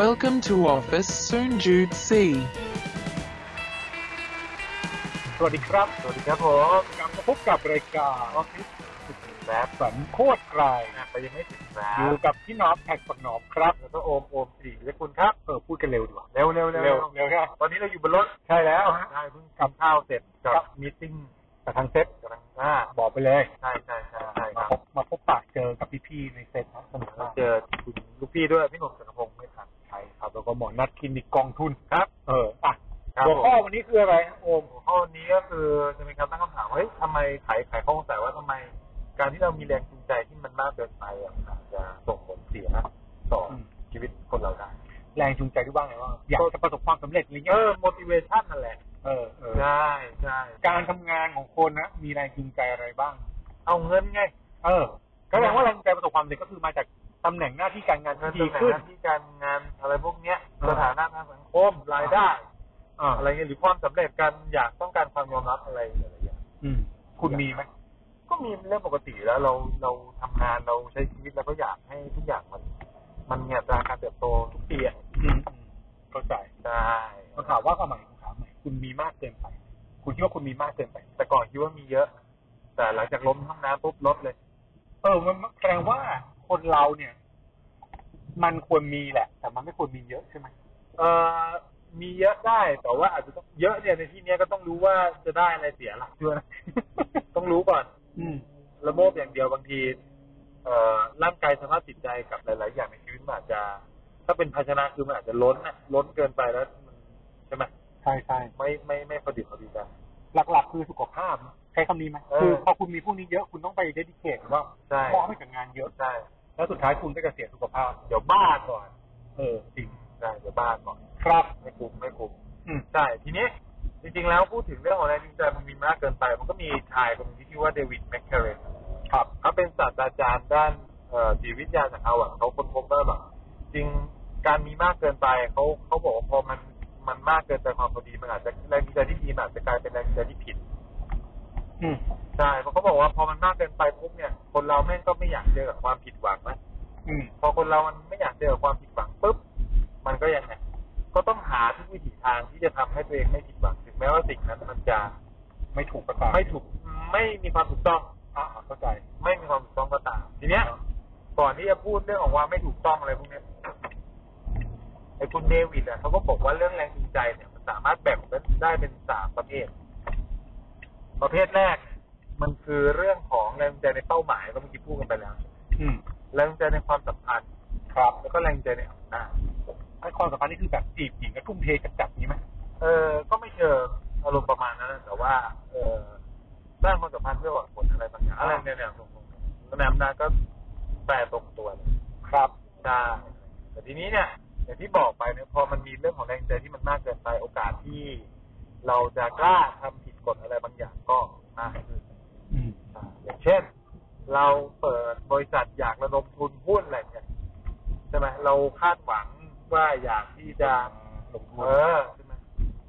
Welcome to Office Soonjut C. สวัสดีครับ สวัสดีครับผมกลับมาพบกับรายการออฟฟิศสุดแสบสันโคตรไกลนะไปยังไม่ถึงแสบอยู่กับพี่หนอมแท็กปักหนอมครับ แล้วก็โอมโอมสี่และคุณครับ เออพูดกันเร็วดีกว่า เร็วเร็วเร็ว เร็วเร็วครับ ตอนนี้เราอยู่บนรถ ใช่แล้วฮะ ใช่เพิ่งทำข้าวเสร็จจอด กับมีตติ้งกับทางเซ็ต กำลังอ่า บอกไปเลย ใช่ใช่ใช่ใช่ค มา รับ พบมาพบปะเจอกับพี่ๆในเซ็ตนะสนุก เรา มาก เจอคุณลูกพี่ด้วยพี่หนุ่มสนพงศ์ไม่ทัน ใช่ครับ แล้วก็หมอนัดคลินิกกองทุน ครับ เอออ่ะ ครับ หัวข้อ ผม วันนี้คืออะไรฮะโอม หัวข้อนี้ก็คือจะเป็นการตั้งคำถามว่าเฮ้ยทำไมขายขายข้อสงสัยว่าทำไม การที่เรามีแรงจูงใจที่มันมากเกินไปอะมันอาจจะส่งผลเสียต่ออ ม ชีวิตคนเราได้ แรงจูงใจที่ว่าไงว่าอยากจะประสบความสำเร็จอะไร เอ เงี้ย อ motivation นั่นแหละ เออเออ ใช่ใช่ การทำงานของคนนะมีแรงจูงใจอะไรบ้าง เอาเงินไง เออก็แสดงว่าแรงจูงใจประสบความสำเร็จก็คือมาจากตำแหน่งหน้าที่การงาน เงิน ที่ดี ตำแหน่ง ขึ้น หน้าที่การงานอะไรพวกเนี้ย เออ สถานะทางสังคมรายได้ อ่า อะไรเงี้ยหรือความสำเร็จการอยากต้องการความยอมรับอะไรหลายๆอย่าง อืม คุณมีไหม ก็มีเรื่องปกติอยู่แล้วเราเราทำงานเราใช้ชีวิตเราก็อยากให้ทุกอย่างมัน มันมีอัตราการเติบโตทุกปีอ่ะ อืมอืมเข้าใจ ใช่ ผมถามว่าทำไมผมถามใหม่คุณมีมากเกินไป คุณคิดว่าคุณมีมากเกินไป แต่ก่อนคิดว่ามีเยอะ แต่หลังจากล้มห้องน้ำปุ๊บลดเลย เออมันแสดงว่าคนเราเนี่ย มันควรมีแหละ แต่มันไม่ควรมีเยอะใช่ไหม เอ่อมีเยอะได้แต่ว่าอาจจะต้องเยอะเนี่ยในที่เนี้ยก็ต้องรู้ว่าจะได้อะไรเสียหลักด้วยนะ ต้องรู้ก่อน อืม ระโมบอย่างเดียวบางที เอ่อร่างกายสภาพจิตใจกับหลาย ๆ อย่างในชีวิตมันอาจจะ ถ้าเป็นภาชนะคือมันอาจจะล้นนะล้นเกินไปแล้วมันใช่ไหม ใช่ใช่ ไม่ไม่ไม่พอดีพอดีกัน หลักๆคือสุขภาพนะใช้คำนี้ไหม เออ คือพอคุณมีพวกนี้เยอะคุณต้องไปเดดิเคทว่า ใช่ มอบให้กับงานเยอะ ใช่ แล้วสุดท้ายคุณก็จะเสียสุขภาพ เดี๋ยวบ้าก่อน เออจริง ใช่เดี๋ยวบ้าก่อน ครับ ไม่คุ้มไม่คุ้ม อืม ใช่ทีนี้จริง ๆ แล้วพูดถึงเรื่องของแรงจูงใจมันมีมากเกินไป มันก็มีชายคนหนึงที่ชื่อว่าเดวิดแมคเคเรน ครับ เขาเป็นศาสตราจารย์ด้านเอ่อจิตวิทยาจากฮาวาดเขาค้นพบว่าแบบจริงการมีมากเกินไปเขาเขาบอกว่าพอมันมันมากเกินไปความพอดีมันอาจจะแรงจูงใจที่ดีมันอาจจะกลายเป็นแรงจูงใจที่ผิด อืม ใช่เพราะเขาบอกว่าพอมันมากเกินไปปุ๊บเนี่ย คนเราแม่งก็ไม่อยากเจอกับความผิดหวังนะ อืม พอคนเรามันไม่อยากเจอกับความผิดหวังปุ๊บมันก็ยังไงก็ต้องหาทุกวิถีทางที่จะทำให้ตัวเองไม่ผิดหวังถึงแม้ว่าสิ่งนั้นมันจะ ไม่ถูกประการ ไม่ถูกไม่มีความถูกต้อง อ่าอ่าเข้าใจ ไม่มีความถูกต้องก็ตามทีเนี้ย ก่อนที่จะพูดเรื่องของความไม่ถูกต้องอะไรพวกเนี้ยไอ้คุณเดวิดอ่ะเขาก็บอกว่าเรื่องแรงจูงใจเนี่ยมันสามารถแบ่งเป็นได้เป็นสามประเภท ประเภทแรก มันคือเรื่องของแรงจูงใจในเป้าหมายก็เมื่อกี้พูดกันไปแล้ว อืม แรงจูงใจในความสัมพันธ์ ครับ แล้วก็แรงจูงใจในอำนาจ ไอ้ความสัมพันธ์นี่คือแบบจีบหญิงก็ทุ่มเทจัดๆนี้ไหม เออ ก็ไม่เชิงอารมณ์ประมาณนั้นนะแต่ว่า เออสร้างความสัมพันธ์เพื่อหวังผลอะไรบางอย่างอะไรเนี่ยเนี่ยตรงๆแล้วในอำนาจก็แปรตรงตัวเลย ครับ ได้แต่ทีนี้เนี่ยอย่างที่บอกไปเนี่ยพอมันมีเรื่องของแรงใจที่มันมากเกินไปโอกาสที่เราจะกล้าทำผิดกฎอะไรบางอย่างก็มากขึ้น อืม อ่าอย่างเช่น เราเปิดบริษัทอยากระดมทุนหุ้นอะไรเนี่ยใช่ไหมเราคาดหวังว่าอยากที่จะ ลงทุน เออใช่ไหม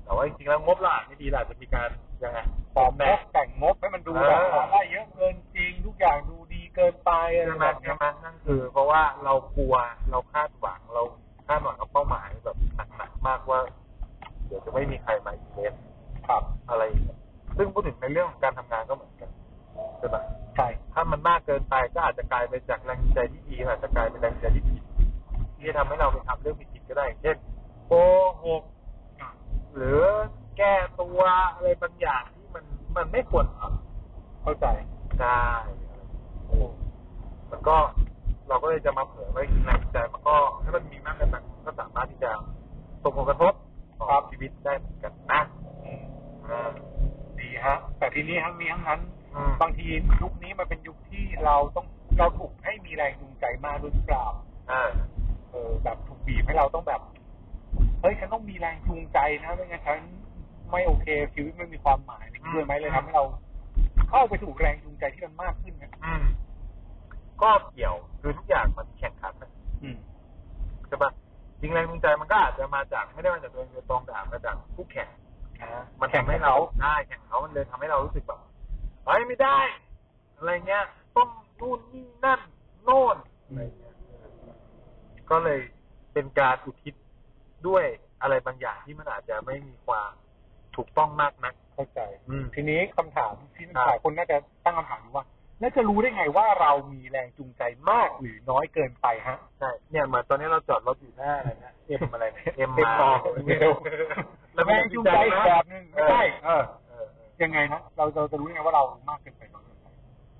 แต่ว่าจริงๆแล้วงบเราอาจไม่ดีเราอาจจะมีการยังไง ปลอมงบแต่งงบให้มันดูแบบอะไรเยอะเกินจริง ทุกอย่างดูดีเกินไปอะไร ใช่ไหม แบบเนี้ ใช่ ย ไหมนั่นคือ เพราะว่าเรากลัวเราคาดหวังเราคาดหวังกับเป้าหมายแบบหนักๆมากว่า เดี๋ยวจะไม่มีใครมาอีกเลย ครับ อะไรอย่างเงี้ยซึ่งพูดถึงในเรื่องของการทำงานก็เหมือนกันใช่ปะ ใช่ ถ้ามันมากเกินไปก็อาจจะกลายเป็นจากแรงใจที่ดีอาจจะกลายเป็นแรงใจที่ผิดที่จะทำให้เราไปทำเรื่องผิดๆก็ได้อย่างเช่นโกหกหรือแก้ตัวอะไรบางอย่างที่มันมันไม่ควรท เข้าใจ ำได้ โอ้ มันก็เราก็เลยจะมาเผยไว้ในใจมันก็ถ้ามันมีมากเกินไปมันก็สามารถที่จะส่งผลกระทบต่อชีวิตได้เหมือนกันนะ อืม อ่า ดีฮะ แต่ทีนี้ทั้งนี้ทั้งนั้น อืม บางทียุคนี้มันเป็นยุคที่เราต้องเราถูกให้มีแรงจูงใจมากด้วยหรือเปล่า อ่า เออแบบถูกบีบให้เราต้องแบบ เฮ้ยฉันต้องมีแรงจูงใจนะไม่งั้นฉันไม่โอเคชีวิตไม่มีความหมายนี่ อืม ด้วยไหมเลยทำให้เรา เข้าไปถูกแรงจูงใจที่มันมากขึ้นนะ อืมก็เกี่ยวคือทุกอย่างมันแข่งขันนะ อืม ใช่ปะจริงแรงจูงใจมันก็อาจจะมาจากไม่ได้มาจากตัวเองโดยตรงแต่อาจมาจากคู่แข่งมันทำให้เราได้แข่งเขามันเลยทำให้เรารู้สึกแบบเฮ้ยไม่ได้ อะไรเงี้ยต้องนู่นนี่นั่นโน่น อืม อะไรเงี้ยก็เลย เป็นการอุทิศด้วยอะไรบางอย่างที่มันอาจจะไม่มีความถูกต้องมากนัก เข้าใจ อืม ทีนี้คำถามที่หลายคนน่าจะตั้งคำถามว่า แล้วจะรู้ได้ไงว่าเรามีแรงจูงใจมากหรือน้อยเกินไปฮะ ใช่ เนี่ยเหมือนตอนนี้เราจอดรถอยู่หน้าอะไรนะเอ็มอะไรเอ็ม M ต่อ แล้ว แรงจูงใจอีกแบบหนึ่ง เออ ใช่ เออเออเออ ยังไงนะเราเราจะรู้ได้ไงว่าเรามากเกินไปน้อยเกินไป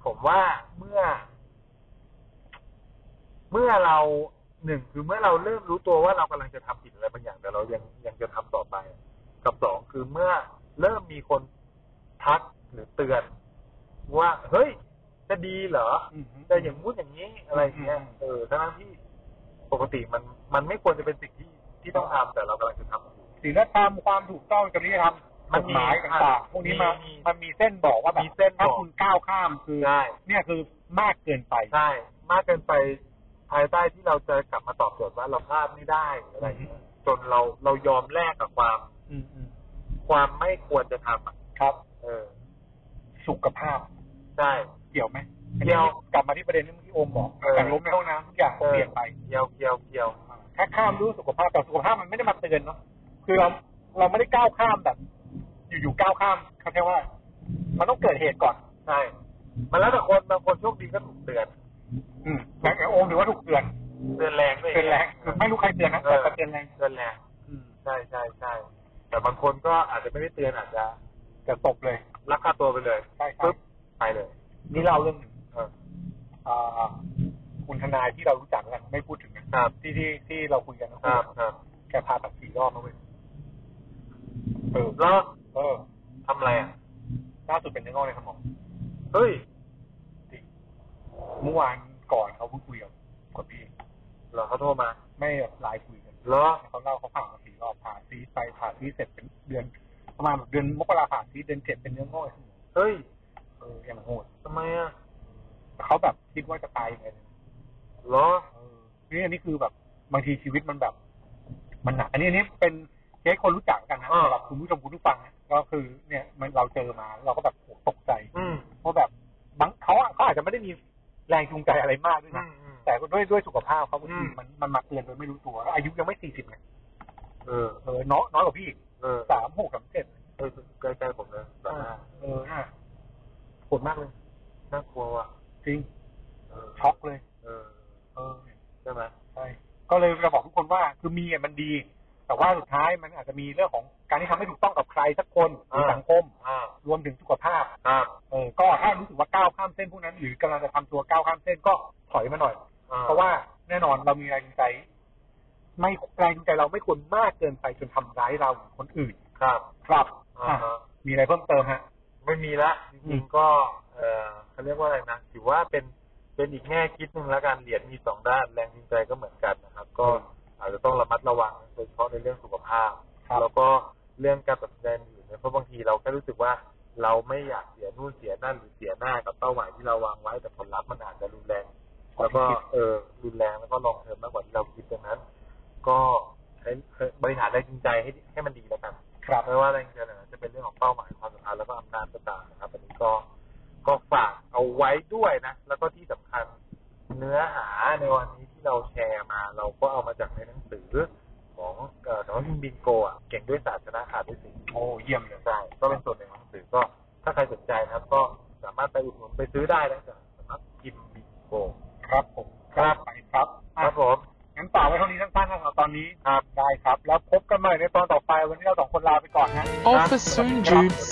ผมว่าเมื่อ เมื่อเราหนึ่งคือเมื่อเราเริ่มรู้ตัวว่าเรากำลังจะทำผิดอะไรบางอย่างแต่เรายังยังจะทำต่อไป กับสองคือเมื่อเริ่มมีคนทักหรือเตือน ว่าเฮ้ย จะดีเหรอ อืมฮึ จะอย่างงู้นอย่างนี้อะไรอย่างเงี้ย อืม เออทั้งๆที่ปกติมันมันไม่ควรจะเป็นสิ่งที่ที่ต้องทำแต่เรากำลังจะทำอยู่ ศีลธรรมความถูกต้องจริยธรรม มั ก น ฎ มี หมายต่างๆพวกนี้มา มี มันมีเส้นบอกว่าแบบ มีเส้น ถ้า บอก คุณก้าวข้ามคือ ใช่ เนี่ยคือมากเกินไป ใช่ มากเกินไปภายใต้ที่เราจะกลับมาตอบโจทย์ว่าเราพลาดไม่ได้หรืออะไรอย่างเงี้ยจนเราเรายอมแลกกับความ อืมอืม ความไม่ควรจะทำอ่ะ ครับ เออ สุขภาพ ใช่ เกี่ยวไหม เกี่ยว กลับมาที่ประเด็นที่เมื่อกี้โอมบอก เออ การล้มในห้องน้ำทุกอย่างเปลี่ยนไป เกี่ยวเกี่ยวเกี่ยว ถ้าข้ามรู้สุขภาพแต่สุขภาพมันไม่ได้มาเตือนเนาะคือเราเราไม่ได้ก้าวข้ามแบบ อยู่ๆก้าวข้ามเขาแค่ว่า มันต้องเกิดเหตุก่อน ใช่ มันแล้วแต่คนบางคนโชคดีก็ถูกเตือน อืมแบบโอมหรือว่าถูกเตือน เตือนแรงด้วย เตือนแรงคือไม่รู้ใครเตือนนะ เอ แต่ อ ก็เตือนแรง เตือนแรงใช่ใช่ใช่แต่บางคนก็อาจจะไม่ได้เตือนอาจจะ จะตบเลย ลักพาตัวไปเลย ใช่ครับ ปึ๊บไปเลย นี่เราเรื่องหนึ่ง เออ อ่าคุณทนายที่เรารู้จักกันไม่พูดถึงนะครับ ที่ที่ที่เราคุยกันนะครับ ครับ แกพาตัดสี่รอบนะเว้ยเออ แล้ว เออ ทำอะไรอ่ะ ล่าสุดเป็นเนื้องอกในสมอง เฮ้ย จริงเมื่อวานก่อนเขาเพิ่งคุยกับกับพี่ เหรอเขาโทรมา ไม่แบบไลน์คุยกัน เหรอ เขาเล่าเขาผ่านมาสี่รอบผ่าซีสไปผ่าซีสเสร็จเป็นเดือน ประมาณแบบเดือนมกราผ่าซีสเดือนเจ็ดเป็นเนื้องอกในสมอง เฮ้ย เอออย่างโหด ทำไมอ่ะ แต่เขาแบบคิดว่าจะตายยังไงเนี่ย เหรอ เออนี่อันนี้คือแบบบางทีชีวิตมันแบบ มันหนักอันนี้อันนี้เป็นเคสคนรู้จักกันนะ อ่า สำหรับคุณผู้ชมคุณผู้ฟังนะก็คือ เนี่ยมันเราเจอมาเราก็แบบโหตกใจ อืม เพราะแบบบางเขาอะเขาอาจจะไม่ได้มีแรงจูงใจอะไรมากด้วยนะ อืมอืม แต่ด้วยด้วยสุขภาพเขาบาง อื ที ม มันมันมาเตือนโดยไม่รู้ตัวแล้วอายุยังไม่สี่สิบเลย เออ เออน้อยน้อยกว่าพี่อีก เออ สามหกสามเจ็ด เออใกล้ๆผมเลยสามห้า เออน่ะโหดมากเลย น่ากลัวว่ะ จริง เ ช็อกเลย เออ เออ ใช่ไหม ใช่ก็เลยจะบอกทุกคนว่าคือมีอ่ะมันดี แต่ว่าสุดท้ายมันอาจจะมีเรื่องของการที่ทำไม่ถูกต้องกับใครสักคนหรือสังคม อ่าร วมถึงสุขภาพ ครับ เออก็ถ้ารู้สึกว่าก้าวข้ามเส้นพวกนั้น หรือกำลังจะทำตัวก้าวข้ามเส้นก็ถอยมาหน่อย อ่ เพราะว่าแน่นอนเรามีแรงจูงใจ ไม่แรงจูงใจเราไม่ควรมากเกินไปจนทำร้ายเราหรือคนอื่น ครับ ครับ อ่าฮะ มีอะไรเพิ่มเติมฮะ ไม่มีละจ อื ริง ม ๆก็ เออเขาเรียกว่าอะไรนะถือว่าเป็นเป็นอีกแง่คิดหนึ่งละกันเหรียญมีสองด้านแรงจูงใจก็เหมือนกันนะครับ ก็อาจจะต้องระมัดระวังโดยเฉพาะในเรื่องสุขภาพ ครับ แล้วก็เรื่องการตัดสินใจอื่นเนี่ยเพราะบางทีเราแค่รู้สึกว่าเราไม่อยากเสียนู่นเสียนั่นหรือเสียหน้ากับเป้าหมายที่เราวางไว้แต่ผลลัพธ์มันอาจจะรุนแรง แล้วก็เออรุนแรงแล้วก็ลองเทอมมากกว่าที่เราคิดดังนั้น ก็ใช้บริหารแรงจูงใจให้ให้มันดีแล้วกัน ครับ ไม่ว่าแรงจูงใจไหนจะเป็นเรื่องของเป้าหมายความสัมพันธ์แล้วก็อำนาจก็ตามนะครับอันนี้ก็ก็ฝากเอาไว้ด้วยนะ แล้วก็ที่สำคัญเนื้อหาในวันนี้ที่เราแชร์มา เราก็เอามาจากในหนังสือของเอ่อสำนักพิมพ์บินโกอ่ะเก่งด้วยศาสตร์ชนะขาดด้วยสิ่ง โอ้เยี่ยมเลย ใช่ก็เป็นส่วนหนึ่งของหนังสือก็ถ้าใครสนใจนะครับ ก็สามารถไปอุดหนุนไปซื้อได้นะจากสำนักพิมพ์บิงโก ครับผม ครับ ไปครับ ค อ่ะ รับผม งั้นฝากไว้เท่านี้สั้นๆนะครับตอนนี้ครับได้ครับ แล้วพบกันใหม่ในตอนต่อไปวันนี้เราสองคนลาไปก่อนนะ Officer Jude C.